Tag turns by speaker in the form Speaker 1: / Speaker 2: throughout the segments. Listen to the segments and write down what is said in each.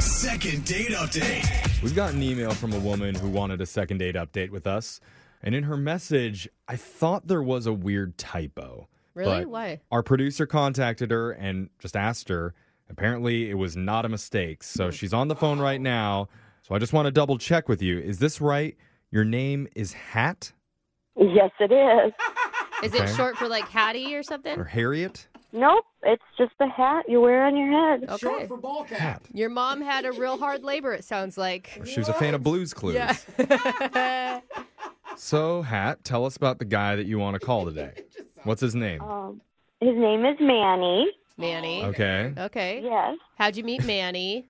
Speaker 1: Second date update.
Speaker 2: We've got an email from a woman who wanted a second date update with us. And in her message, I thought there was a weird typo.
Speaker 3: Really?
Speaker 2: But
Speaker 3: Why?
Speaker 2: Our producer contacted her and just asked her. Apparently, it was not a mistake. So
Speaker 3: Hmm.
Speaker 2: she's on the phone right now. So I just want to double check with you. Is this right? Your name is Hat
Speaker 4: Yes, it is.
Speaker 3: Is
Speaker 2: Okay.
Speaker 3: it short for like Hattie or something?
Speaker 2: or Harriet?
Speaker 4: Nope, it's just the hat you wear on your head.
Speaker 3: Okay.
Speaker 1: Short for ball cap.
Speaker 2: Hat.
Speaker 3: Your mom had a real hard labor, it sounds like.
Speaker 2: She was a fan of Blues Clues.
Speaker 3: Yeah.
Speaker 2: So, Hat, tell us about the guy that you want to call today. What's his name?
Speaker 4: Um, his name is Manny.
Speaker 2: Uh,
Speaker 3: Manny.
Speaker 2: Okay.
Speaker 3: Okay.
Speaker 4: Yes.
Speaker 3: How'd you meet Manny?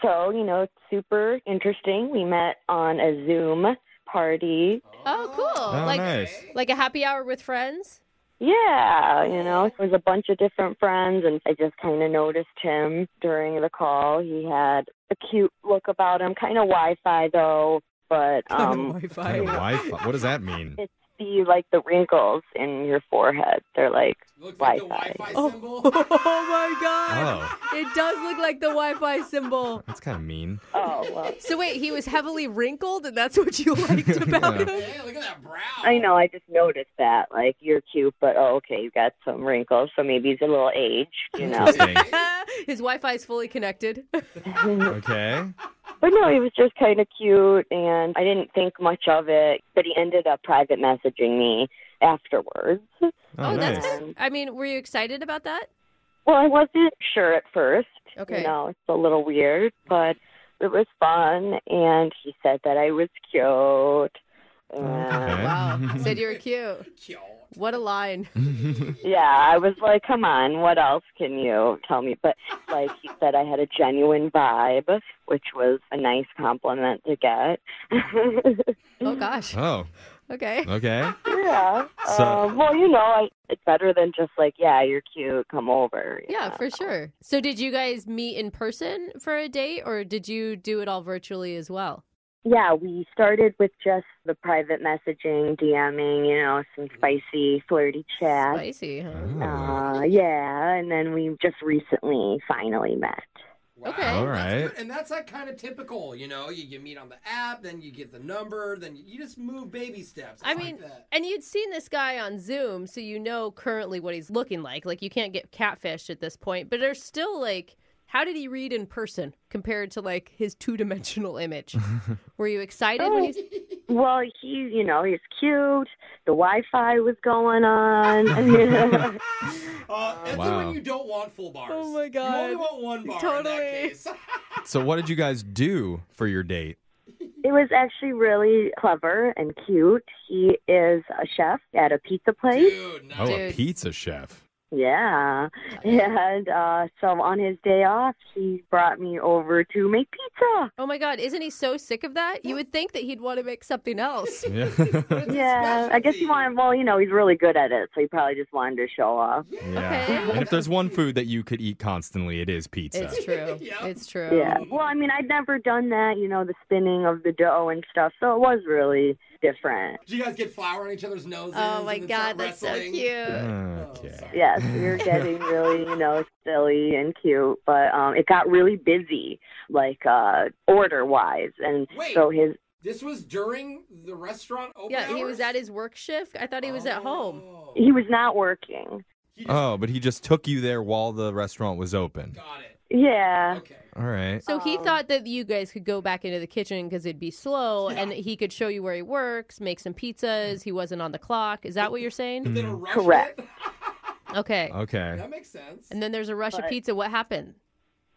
Speaker 4: So, you know, it's super interesting. We met on a Zoom party.
Speaker 3: Oh, cool.
Speaker 2: Oh,
Speaker 3: like
Speaker 2: nice.
Speaker 3: like a happy hour with friends?
Speaker 4: Yeah, you know, it was a bunch of different friends, and I just kind of noticed him during the call. He had a cute look about him, kind of Wi Fi though, but um,
Speaker 2: Kind of Wi-Fi. What does that mean?
Speaker 4: it's the like the wrinkles in your forehead. They're like,
Speaker 1: Looks like the
Speaker 4: Wi-Fi.
Speaker 1: Wi-Fi
Speaker 3: Oh.
Speaker 1: symbol.
Speaker 3: Oh my god.
Speaker 2: Oh,
Speaker 3: It does look like the Wi-Fi symbol.
Speaker 2: that's kind of mean.
Speaker 4: oh, well.
Speaker 3: So wait, he was heavily wrinkled and that's what you liked about
Speaker 2: Yeah.
Speaker 3: him?
Speaker 1: Hey, look at that brow.
Speaker 4: I know. I just noticed that. Like, you're cute, but oh, okay, you got some wrinkles, so maybe he's a little aged, you know.
Speaker 2: Interesting.
Speaker 3: His Wi-Fi is fully connected.
Speaker 2: Okay.
Speaker 4: but no, he was just kind of cute, and I didn't think much of it. But he ended up private messaging me afterwards.
Speaker 2: Oh,
Speaker 3: oh,
Speaker 2: nice.
Speaker 3: that's good. I mean, were you excited about that?
Speaker 4: Well, I wasn't sure at first.
Speaker 3: Okay.
Speaker 4: You know, it's a little weird, but it was fun, and he said that I was cute. And
Speaker 2: Okay.
Speaker 3: Wow. Said you were cute. What a line.
Speaker 4: Yeah, I was like, come on, what else can you tell me? But like he said, I had a genuine vibe, which was a nice compliment to get.
Speaker 3: Oh gosh.
Speaker 2: Oh,
Speaker 3: Okay.
Speaker 2: okay.
Speaker 4: yeah.
Speaker 2: So-
Speaker 4: Um, well, you know, I, it's better than just like, yeah, you're cute, come over. you
Speaker 3: Yeah,
Speaker 4: know.
Speaker 3: for sure. So did you guys meet in person for a date or did you do it all virtually as well?
Speaker 4: Yeah, we started with just the private messaging, DMing, you know, some spicy, flirty chat.
Speaker 3: Spicy, huh?
Speaker 2: Oh.
Speaker 4: Uh, yeah, and then we just recently finally met.
Speaker 1: Wow.
Speaker 3: Okay. All
Speaker 2: right.
Speaker 1: That's good. And that's like kind of typical, you know. You, you meet on the app, then you get the number, then you, you just move baby steps. It's
Speaker 3: I
Speaker 1: like
Speaker 3: mean,
Speaker 1: that.
Speaker 3: and you'd seen this guy on Zoom, so you know currently what he's looking like. Like you can't get catfished at this point, but there's still like how did he read in person compared to like his two-dimensional image? Were you excited when he's
Speaker 4: Well, he, you know, he's cute. The Wi-Fi was going on.
Speaker 1: uh, that's the
Speaker 2: Wow.
Speaker 1: one you don't want full bars.
Speaker 3: Oh my
Speaker 1: You only
Speaker 3: God.
Speaker 1: want one bar in that
Speaker 3: Totally.
Speaker 1: case.
Speaker 2: So, what did you guys do for your date?
Speaker 4: it was actually really clever and cute. He is a chef at a pizza place.
Speaker 1: Dude, no.
Speaker 2: Oh, a
Speaker 3: Dude.
Speaker 2: pizza chef.
Speaker 4: Yeah, and uh, so on his day off, he brought me over to make pizza.
Speaker 3: Oh my god, isn't he so sick of that? You would think that he'd want to make something else.
Speaker 2: Yeah.
Speaker 1: It's a
Speaker 4: Yeah, I guess
Speaker 1: specialty.
Speaker 4: he wanted. Well, you know, he's really good at it, so he probably just wanted to show off.
Speaker 1: Yeah.
Speaker 2: yeah. And if there's one food that you could eat constantly, it is pizza.
Speaker 3: It's true.
Speaker 1: Yeah.
Speaker 3: It's true.
Speaker 4: Yeah. Well, I mean, I'd never done that, you know, the spinning of the dough and stuff, so it was really different.
Speaker 1: Did you guys get flour on each other's noses?
Speaker 3: Oh my
Speaker 1: and then start
Speaker 3: god, that's so
Speaker 1: wrestling?
Speaker 3: cute.
Speaker 2: Okay.
Speaker 4: Yes, we were getting really, you know, silly and cute, but um it got really busy, like uh order wise. And
Speaker 1: Wait.
Speaker 4: so his
Speaker 1: This was during the restaurant open
Speaker 3: Yeah, he
Speaker 1: hours?
Speaker 3: was at his work shift. I thought he was at home.
Speaker 1: Oh.
Speaker 4: he was not working.
Speaker 1: He just
Speaker 2: Oh, but he just took you there while the restaurant was open.
Speaker 1: got it.
Speaker 4: Yeah.
Speaker 1: Okay.
Speaker 2: All right.
Speaker 3: So he
Speaker 1: Oh.
Speaker 4: Um,
Speaker 3: thought that you guys could go back into the kitchen because it'd be slow and he could show you where he works, make some pizzas. He wasn't on the clock. Is that what you're saying?
Speaker 1: Did a rush
Speaker 4: Correct.
Speaker 1: it?
Speaker 3: Okay.
Speaker 2: Hmm. Okay.
Speaker 1: that makes sense.
Speaker 3: And then there's a rush of
Speaker 4: But-
Speaker 3: pizza. What happened?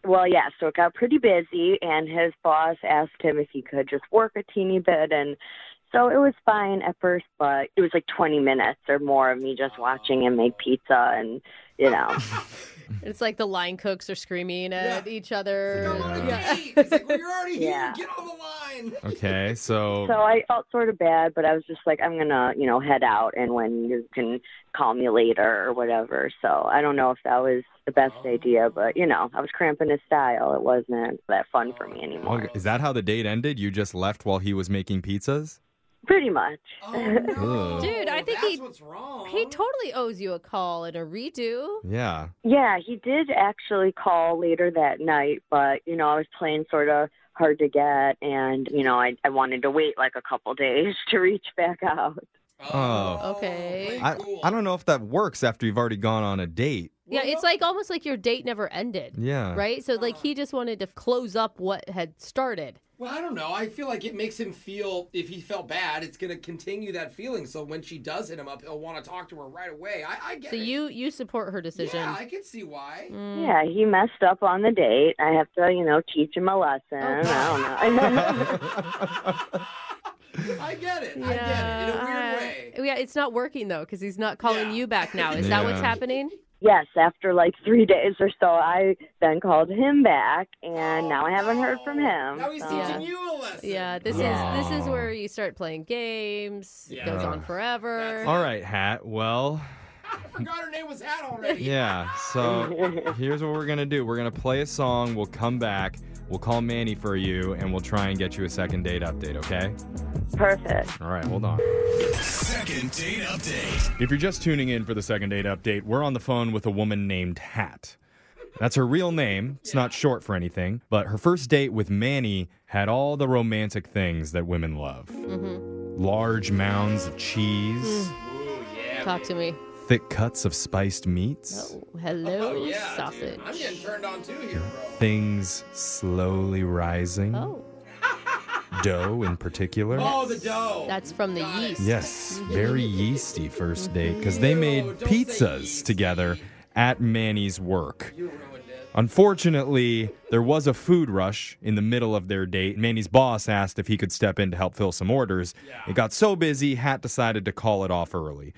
Speaker 4: Well, yeah, so it got pretty busy and his boss asked him if he could just work a teeny bit and so it was fine at first, but it was like 20 minutes or more of me just watching him make pizza and, you know.
Speaker 3: It's like the line cooks are screaming at
Speaker 1: Yeah.
Speaker 3: each other.
Speaker 1: Come on a
Speaker 3: Yeah.
Speaker 1: date. It's like, well, you're already here.
Speaker 4: Yeah.
Speaker 1: Get on the line.
Speaker 2: Okay.
Speaker 4: So
Speaker 2: So,
Speaker 4: I felt sort of bad, but I was just like, I'm gonna, you know, head out, and when you can call me later or whatever. So I don't know if that was the best idea, but you know, I was cramping his style. It wasn't that fun for me anymore.
Speaker 2: oh, okay. is that how the date ended? You just left while he was making pizzas?
Speaker 4: Pretty much.
Speaker 1: Oh, no.
Speaker 3: Dude, I think
Speaker 1: That's
Speaker 3: he-
Speaker 1: what's wrong.
Speaker 3: He totally owes you a call and a redo.
Speaker 2: Yeah.
Speaker 4: Yeah, he did actually call later that night, but you know, I was playing sort of hard to get and you know, I I wanted to wait like a couple days to reach back out.
Speaker 2: Oh.
Speaker 3: Okay.
Speaker 1: play
Speaker 2: I,
Speaker 1: cool.
Speaker 2: I don't know if that works after you've already gone on a date.
Speaker 3: yeah, it's like almost like your date never ended.
Speaker 2: Yeah.
Speaker 3: Right? So
Speaker 1: Uh-huh.
Speaker 3: like he just wanted to close up what had started.
Speaker 1: Well, I don't know. I feel like it makes him feel if he felt bad, it's going to continue that feeling. So when she does hit him up, he'll want to talk to her right away. I, I get
Speaker 3: So
Speaker 1: it.
Speaker 3: you you support her decision.
Speaker 1: Yeah, I can see why.
Speaker 3: Mm.
Speaker 4: Yeah, he messed up on the date. I have to, you know, teach him a lesson. I don't know.
Speaker 1: I get it. I get it in a
Speaker 3: Yeah,
Speaker 1: weird
Speaker 3: I-
Speaker 1: way.
Speaker 3: Yeah, it's not working though because he's not calling
Speaker 1: Yeah.
Speaker 3: you back now. Is that what's
Speaker 2: Yeah.
Speaker 3: happening?
Speaker 4: yes, after like 3 days or so, I then called him back and now I haven't heard from him.
Speaker 1: Now he's
Speaker 4: so-
Speaker 1: teaching
Speaker 3: Yeah.
Speaker 1: you a lesson.
Speaker 3: Yeah, this is this is
Speaker 2: Oh.
Speaker 3: where you start playing games. It goes
Speaker 2: Yeah.
Speaker 3: on forever.
Speaker 2: All right, Hat. Well,
Speaker 1: I forgot her name was Hat already.
Speaker 2: yeah. So here's what we're going to do we're going to play a song. We'll come back. We'll call Manny for you and we'll try and get you a second date update, okay?
Speaker 4: Perfect.
Speaker 2: All right, hold on.
Speaker 5: Second date update.
Speaker 2: If you're just tuning in for the second date update, we're on the phone with a woman named Hat. That's her real name. It's not short for anything. But her first date with Manny had all the romantic things that women love large mounds of cheese,
Speaker 1: Ooh, yeah.
Speaker 3: Talk to me.
Speaker 2: thick cuts of spiced meats,
Speaker 3: Oh, hello,
Speaker 1: Oh, yeah,
Speaker 3: sausage.
Speaker 1: Dude. I'm getting turned on too here, bro.
Speaker 2: things slowly rising,
Speaker 3: Oh,
Speaker 2: dough in particular.
Speaker 1: Oh, the dough.
Speaker 3: that's from the
Speaker 1: Got it.
Speaker 3: yeast.
Speaker 2: Yes, very yeasty first date because they
Speaker 1: Ew,
Speaker 2: made
Speaker 1: don't say
Speaker 2: pizzas
Speaker 1: yeasty.
Speaker 2: together at Manny's work.
Speaker 1: you ruined it.
Speaker 2: Unfortunately, there was a food rush in the middle of their date. Manny's boss asked if he could step in to help fill some orders. It got so busy, Hat decided to call it off early.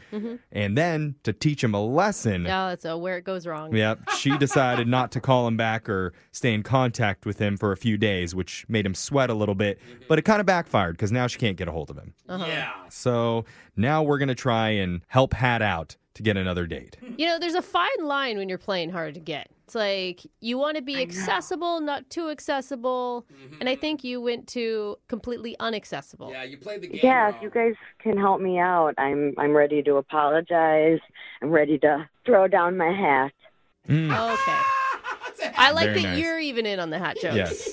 Speaker 2: And then, to teach him a lesson,
Speaker 3: Yeah, that's uh, where it goes wrong.
Speaker 2: yep, she decided not to call him back or stay in contact with him for a few days, which made him sweat a little bit. But it kind of backfired because now she can't get a hold of him.
Speaker 3: Uh-huh.
Speaker 1: Yeah.
Speaker 2: So now we're going to try and help Hat out to get another date.
Speaker 3: You know, there's a fine line when you're playing hard to get. It's like you want to be accessible, not too accessible. And I think you went to completely unaccessible.
Speaker 1: Mm-hmm. Yeah, you played the game.
Speaker 4: Yeah, if
Speaker 1: wrong.
Speaker 4: you guys can help me out, I'm I'm ready to apologize. I'm ready to throw down my hat.
Speaker 2: Mm,
Speaker 3: Okay.
Speaker 1: That's a
Speaker 3: I like
Speaker 2: Very
Speaker 3: that
Speaker 2: nice.
Speaker 3: you're even in on the hat jokes.
Speaker 2: yes.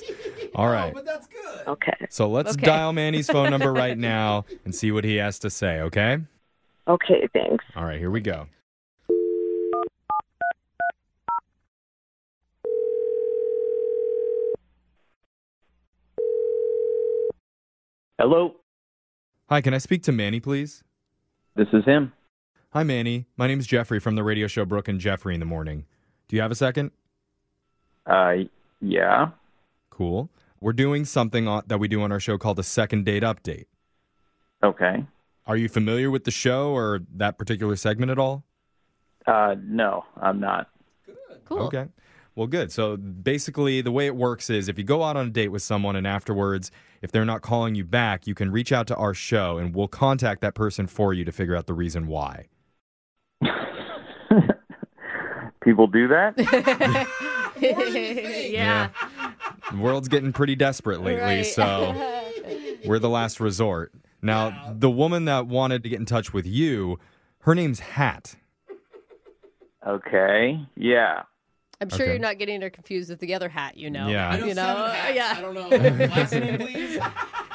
Speaker 2: All
Speaker 1: No,
Speaker 2: right.
Speaker 1: but that's good.
Speaker 4: Okay.
Speaker 2: So let's
Speaker 3: Okay.
Speaker 2: dial Manny's phone number right now and see what he has to say, okay?
Speaker 4: Okay, thanks.
Speaker 2: All right, here we go.
Speaker 6: Hello,
Speaker 2: Hi, can I speak to Manny, please?
Speaker 6: this is him.
Speaker 2: Hi, Manny. My name's Jeffrey from the radio show Brooke and Jeffrey in the Morning. Do you have a second?
Speaker 6: Uh, yeah.
Speaker 2: Cool. We're doing something on, that we do on our show called a second date update.
Speaker 6: Okay.
Speaker 2: Are you familiar with the show or that particular segment at all?
Speaker 6: Uh, no, I'm not.
Speaker 3: Cool.
Speaker 2: Okay. Well, good. So basically, the way it works is if you go out on a date with someone and afterwards, if they're not calling you back, you can reach out to our show and we'll contact that person for you to figure out the reason why.
Speaker 6: People do that?
Speaker 3: yeah.
Speaker 2: The world's getting pretty desperate lately,
Speaker 3: Right.
Speaker 2: so we're the last resort. Now, the woman that wanted to get in touch with you, her name's Hat.
Speaker 6: okay. Yeah.
Speaker 3: I'm sure
Speaker 2: Okay.
Speaker 3: you're not getting her confused with the other hat, you know.
Speaker 2: Yeah.
Speaker 1: I know
Speaker 3: You know,
Speaker 1: seven hats.
Speaker 3: yeah.
Speaker 1: I don't know. Last name, please.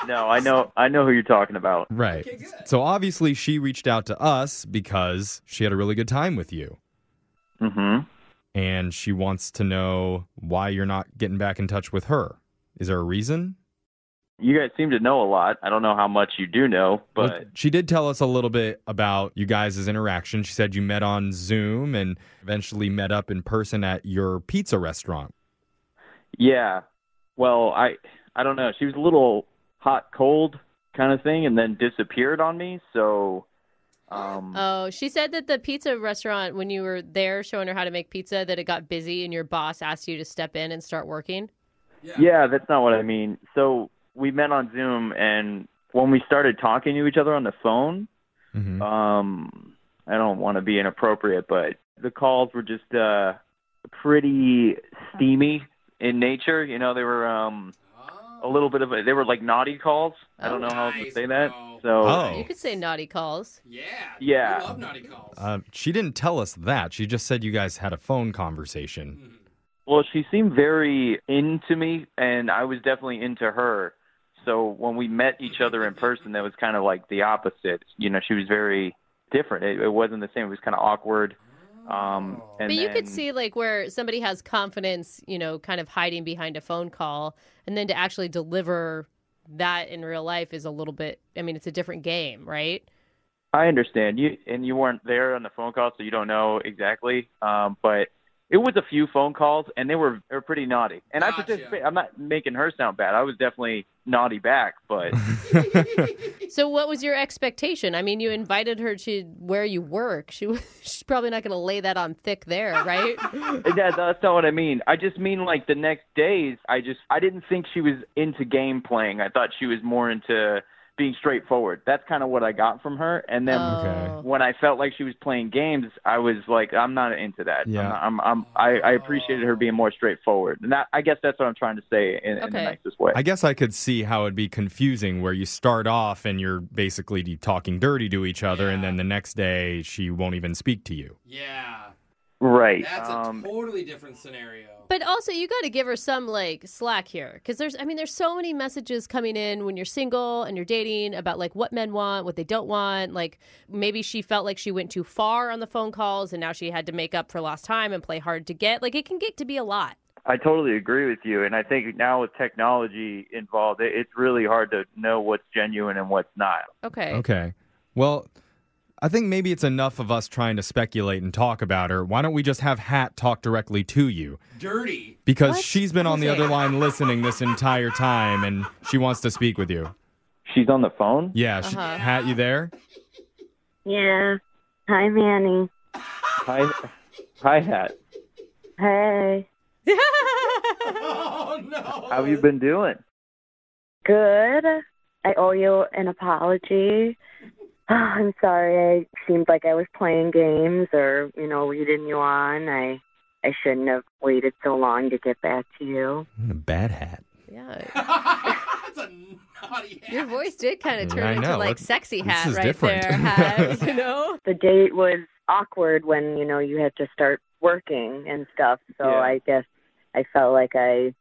Speaker 6: No, I know. I know who you're talking about.
Speaker 2: Right.
Speaker 1: Okay, good.
Speaker 2: so obviously, she reached out to us because she had a really good time with you.
Speaker 6: hmm
Speaker 2: and she wants to know why you're not getting back in touch with her. Is there a reason?
Speaker 6: You guys seem to know a lot. I don't know how much you do know,
Speaker 2: Well,
Speaker 6: but
Speaker 2: she did tell us a little bit about you guys' interaction. She said you met on Zoom and eventually met up in person at your pizza restaurant.
Speaker 6: yeah. Well, I I don't know. She was a little hot cold kind of thing, and then disappeared on me. So, um,
Speaker 3: Oh, she said that the pizza restaurant, when you were there showing her how to make pizza, that it got busy and your boss asked you to step in and start working.
Speaker 6: Yeah, that's not what I mean. So we met on Zoom, and when we started talking to each other on the phone,
Speaker 1: Mm-hmm.
Speaker 2: Mhm.
Speaker 6: um, I don't want to be inappropriate, but the calls were just uh, pretty steamy in nature.
Speaker 1: Oh.
Speaker 6: You know, they were um, a little bit of a, they were like naughty calls. I don't know how else
Speaker 1: Nice,
Speaker 6: to say that.
Speaker 1: bro.
Speaker 6: So
Speaker 2: Oh.
Speaker 3: You could say naughty calls.
Speaker 1: Yeah.
Speaker 6: Yeah.
Speaker 1: I love naughty calls.
Speaker 2: Uh, she didn't tell us that. She just said you guys had a phone conversation.
Speaker 6: Well, she seemed very into me, and I was definitely into her. So when we met each other in person, that was kind of like the opposite. You know, she was very different. It, it wasn't the same. It was kind of awkward.
Speaker 1: Mm-hmm.
Speaker 6: Um, and
Speaker 3: But you could
Speaker 6: then-
Speaker 3: see like where somebody has confidence, you know, kind of hiding behind a phone call, and then to actually deliver that in real life is a little bit. I mean, it's a different game, right?
Speaker 6: I understand you, and you weren't there on the phone call, so you don't know exactly. Um, but it was a few phone calls, and they were they were pretty naughty. And I
Speaker 1: Gotcha.
Speaker 6: participate. I'm not making her sound bad. I was definitely naughty back, but
Speaker 3: So, what was your expectation? I mean, you invited her to where you work. She was- she's probably not going to lay that on thick there, right?
Speaker 1: Oh.
Speaker 6: that, that's not what I mean. I just mean like the next days. I just I didn't think she was into game playing. I thought she was more into being straightforward. That's kind of what I got from her. And then
Speaker 3: Oh.
Speaker 6: when I felt like she was playing games, I was like, I'm not into that.
Speaker 2: Yeah.
Speaker 6: I'm, not, I'm, I'm I, I appreciated her being more straightforward, and that, I guess that's what I'm trying to say in, in the
Speaker 3: Okay.
Speaker 6: nicest way.
Speaker 2: I guess I could see how it'd be confusing where you start off and you're basically de- talking dirty to each other, and
Speaker 1: Yeah.
Speaker 2: then the next day she won't even speak to you.
Speaker 1: yeah.
Speaker 6: right.
Speaker 1: That's
Speaker 6: um,
Speaker 1: a totally different scenario.
Speaker 3: But also, you got to give her some like slack here, because there's, I mean, there's so many messages coming in when you're single and you're dating about like what men want, what they don't want. Like maybe she felt like she went too far on the phone calls, and now she had to make up for lost time and play hard to get. Like it can get to be a lot.
Speaker 6: I totally agree with you, and I think now with technology involved, it, it's really hard to know what's genuine and what's not.
Speaker 3: Okay.
Speaker 2: Okay. Well, I think maybe it's enough of us trying to speculate and talk about her. Why don't we just have Hat talk directly to you?
Speaker 1: Dirty.
Speaker 2: Because
Speaker 3: What?
Speaker 2: she's been on the
Speaker 3: Okay.
Speaker 2: other line listening this entire time and she wants to speak with you.
Speaker 6: She's on the phone.
Speaker 2: Yeah. She,
Speaker 3: Uh-huh.
Speaker 2: Hat, you there?
Speaker 4: Yeah. Hi, Manny.
Speaker 6: Hi, hi hat.
Speaker 4: Hey.
Speaker 1: Oh no.
Speaker 6: How have you been doing?
Speaker 4: Good. I owe you an apology. I'm sorry. I seemed like I was playing games or, you know, leading you on. I I shouldn't have waited so long to get back to you.
Speaker 2: Bad hat.
Speaker 3: Yeah.
Speaker 1: That's a naughty ass.
Speaker 3: Your voice did kind of turn
Speaker 2: I
Speaker 3: into
Speaker 2: know. It-
Speaker 3: like sexy
Speaker 2: this
Speaker 3: hat
Speaker 2: is
Speaker 3: right
Speaker 2: different.
Speaker 3: there. Hat, you know?
Speaker 4: The date was awkward when, you know, you had to start working and stuff. So
Speaker 6: Yeah.
Speaker 4: I guess I felt like I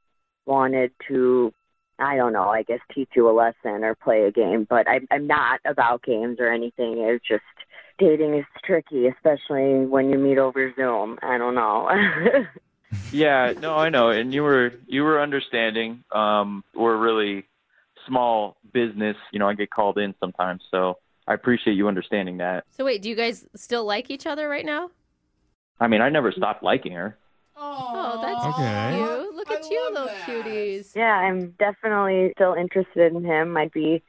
Speaker 4: wanted to I don't know, I guess teach you a lesson or play a game, but I I'm not about games or anything. It's just dating is tricky, especially when you meet over Zoom. I don't know.
Speaker 6: Yeah, no, I know, and you were you were understanding. Um, we're a really small business. You know, I get called in sometimes, so I appreciate you understanding that.
Speaker 3: So wait, do you guys still like each other right now?
Speaker 6: I mean, I never stopped liking her.
Speaker 3: Oh, that's
Speaker 2: Okay.
Speaker 3: cute. Look
Speaker 1: I
Speaker 3: at you,
Speaker 1: love
Speaker 3: little
Speaker 1: that.
Speaker 3: cuties.
Speaker 4: Yeah, I'm definitely still interested in him. I'd be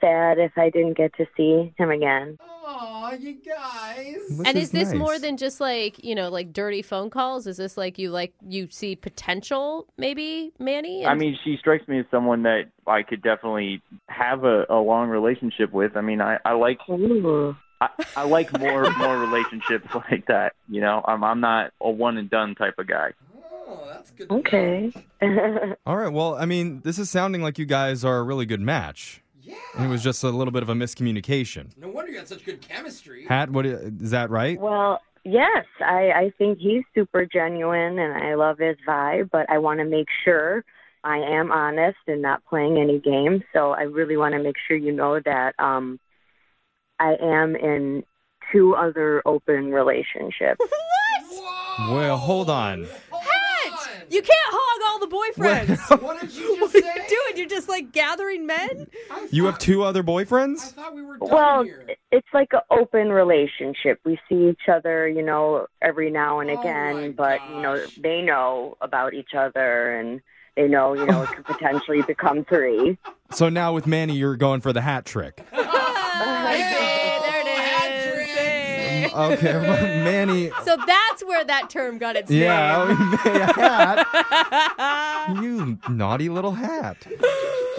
Speaker 4: sad if I didn't get to see him again.
Speaker 1: Oh, you guys.
Speaker 3: and is this more than just like you know, like dirty phone calls? Is this like you like you see potential, maybe Manny?
Speaker 6: I
Speaker 3: And-
Speaker 6: mean, she strikes me as someone that I could definitely have a, a long relationship with. I mean, I, I like
Speaker 4: Ooh.
Speaker 6: I, I like more more relationships like that. You know, I'm I'm not a one and done type of guy.
Speaker 1: Oh, that's good. to know.
Speaker 4: Okay.
Speaker 2: All right. Well, I mean, this is sounding like you guys are a really good match.
Speaker 1: Yeah.
Speaker 2: And it was just a little bit of a miscommunication.
Speaker 1: No wonder you had such good chemistry.
Speaker 2: Hat, what is that right?
Speaker 4: well, yes, I, I think he's super genuine and I love his vibe, but I want to make sure I am honest and not playing any games. So I really want to make sure you know that um, I am in two other open relationships.
Speaker 1: Whoa.
Speaker 2: Well, hold on.
Speaker 1: Hold
Speaker 3: Hat!
Speaker 1: on.
Speaker 3: You can't hog all the boyfriends.
Speaker 1: What did you just
Speaker 3: what are you
Speaker 1: say?
Speaker 3: doing? You're just like gathering men.
Speaker 1: I
Speaker 2: You have
Speaker 1: thought-
Speaker 2: two other
Speaker 1: I
Speaker 2: boyfriends?
Speaker 1: thought we were done
Speaker 4: Well,
Speaker 1: here.
Speaker 4: it's like an open relationship. We see each other, you know, every now and
Speaker 1: Oh
Speaker 4: again,
Speaker 1: my
Speaker 4: but you know,
Speaker 1: gosh.
Speaker 4: they know about each other and they know, you know, it could potentially become three.
Speaker 2: So now with Manny, you're going for the hat trick.
Speaker 3: Ah,
Speaker 1: Hey,
Speaker 3: see,
Speaker 1: Oh,
Speaker 3: there
Speaker 1: hat
Speaker 3: it is.
Speaker 1: trick.
Speaker 3: Hey.
Speaker 2: Okay. well, Manny.
Speaker 3: So that's where that term got its
Speaker 2: Yeah.
Speaker 3: name.
Speaker 2: hat. You naughty little hat.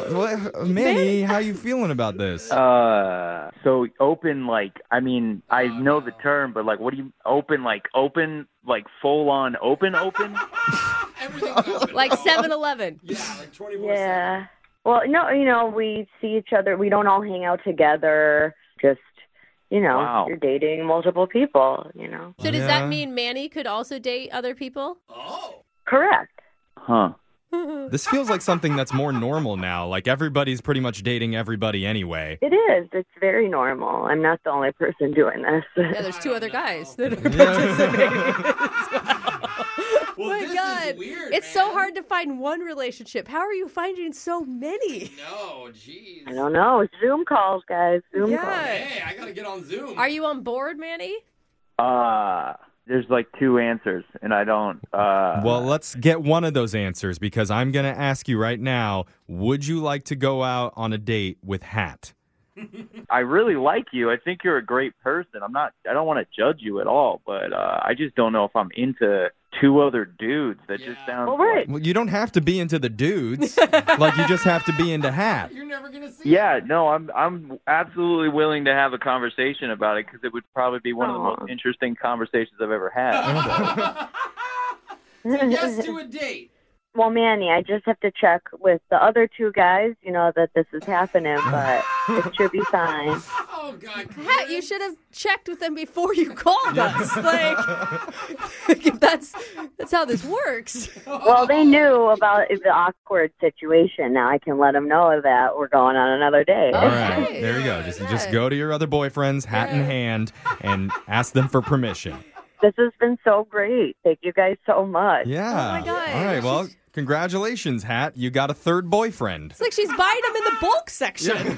Speaker 2: What, Manny, how you feeling about this?
Speaker 6: Uh, so open, like I mean,
Speaker 4: Oh,
Speaker 6: I know the term, but like, what do you open? Like open, like full on open, open.
Speaker 1: Everything's open.
Speaker 3: Oh. Like 7 Eleven.
Speaker 1: Yeah, like 24
Speaker 4: Yeah. Well, no, you know, we see each other. We don't all hang out together. Just, you know,
Speaker 6: Wow.
Speaker 4: you're dating multiple people, you know.
Speaker 3: So does that
Speaker 2: Yeah.
Speaker 3: mean Manny could also date other people?
Speaker 1: Oh.
Speaker 4: Correct.
Speaker 6: Huh.
Speaker 2: This feels like something that's more normal now. Like everybody's pretty much dating everybody anyway.
Speaker 4: It is. It's very normal. I'm not the only person doing this.
Speaker 3: Yeah, there's two other guys that are
Speaker 2: Yeah.
Speaker 3: participating. as well.
Speaker 1: Well,
Speaker 3: Oh My
Speaker 1: this is
Speaker 3: God,
Speaker 1: weird,
Speaker 3: it's so
Speaker 1: man.
Speaker 3: hard to find one relationship. How are you finding so many?
Speaker 1: No, jeez.
Speaker 4: I don't know. Zoom calls, guys. Zoom calls.
Speaker 3: Yeah.
Speaker 1: Hey, I gotta get on Zoom.
Speaker 3: Are you on board, Manny?
Speaker 6: Uh, there's like two answers, and I don't. Uh,
Speaker 2: Well, let's get one of those answers because I'm going to ask you right now would you like to go out on a date with Hat?
Speaker 6: I really like you. I think you're a great person. I'm not. I don't want to judge you at all, but uh, I just don't know if I'm into two other dudes. That
Speaker 1: Yeah.
Speaker 6: just sounds.
Speaker 4: Well, right.
Speaker 2: Well, you don't have to be into the dudes. like, you just have to be into Hat.
Speaker 1: You're never gonna see.
Speaker 6: Yeah, no, I'm I'm absolutely willing to have a conversation about it because it would probably be one of the
Speaker 4: Aw.
Speaker 6: most interesting conversations I've ever had.
Speaker 1: Say yes to a date.
Speaker 4: Well, Manny, I just have to check with the other two guys, you know, that this is happening, but it should be fine.
Speaker 1: Oh God.
Speaker 3: Pat, you should have checked with them before you called us. Like, if that's that's how this works.
Speaker 1: Oh.
Speaker 4: Well, they knew about the awkward situation. Now I can let them know that we're going on another date.
Speaker 2: All
Speaker 3: Oh.
Speaker 2: right,
Speaker 3: Okay.
Speaker 2: there you go. Just,
Speaker 3: Yeah.
Speaker 2: just go to your other boyfriends, hat in hand, and ask them for permission.
Speaker 4: This has been so great. Thank you guys so much.
Speaker 2: Yeah.
Speaker 3: Oh my God.
Speaker 2: All right, well, congratulations, Hat. You got a third boyfriend.
Speaker 3: It's like she's buying them in the bulk section.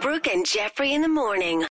Speaker 7: Brooke and Jeffrey in the morning.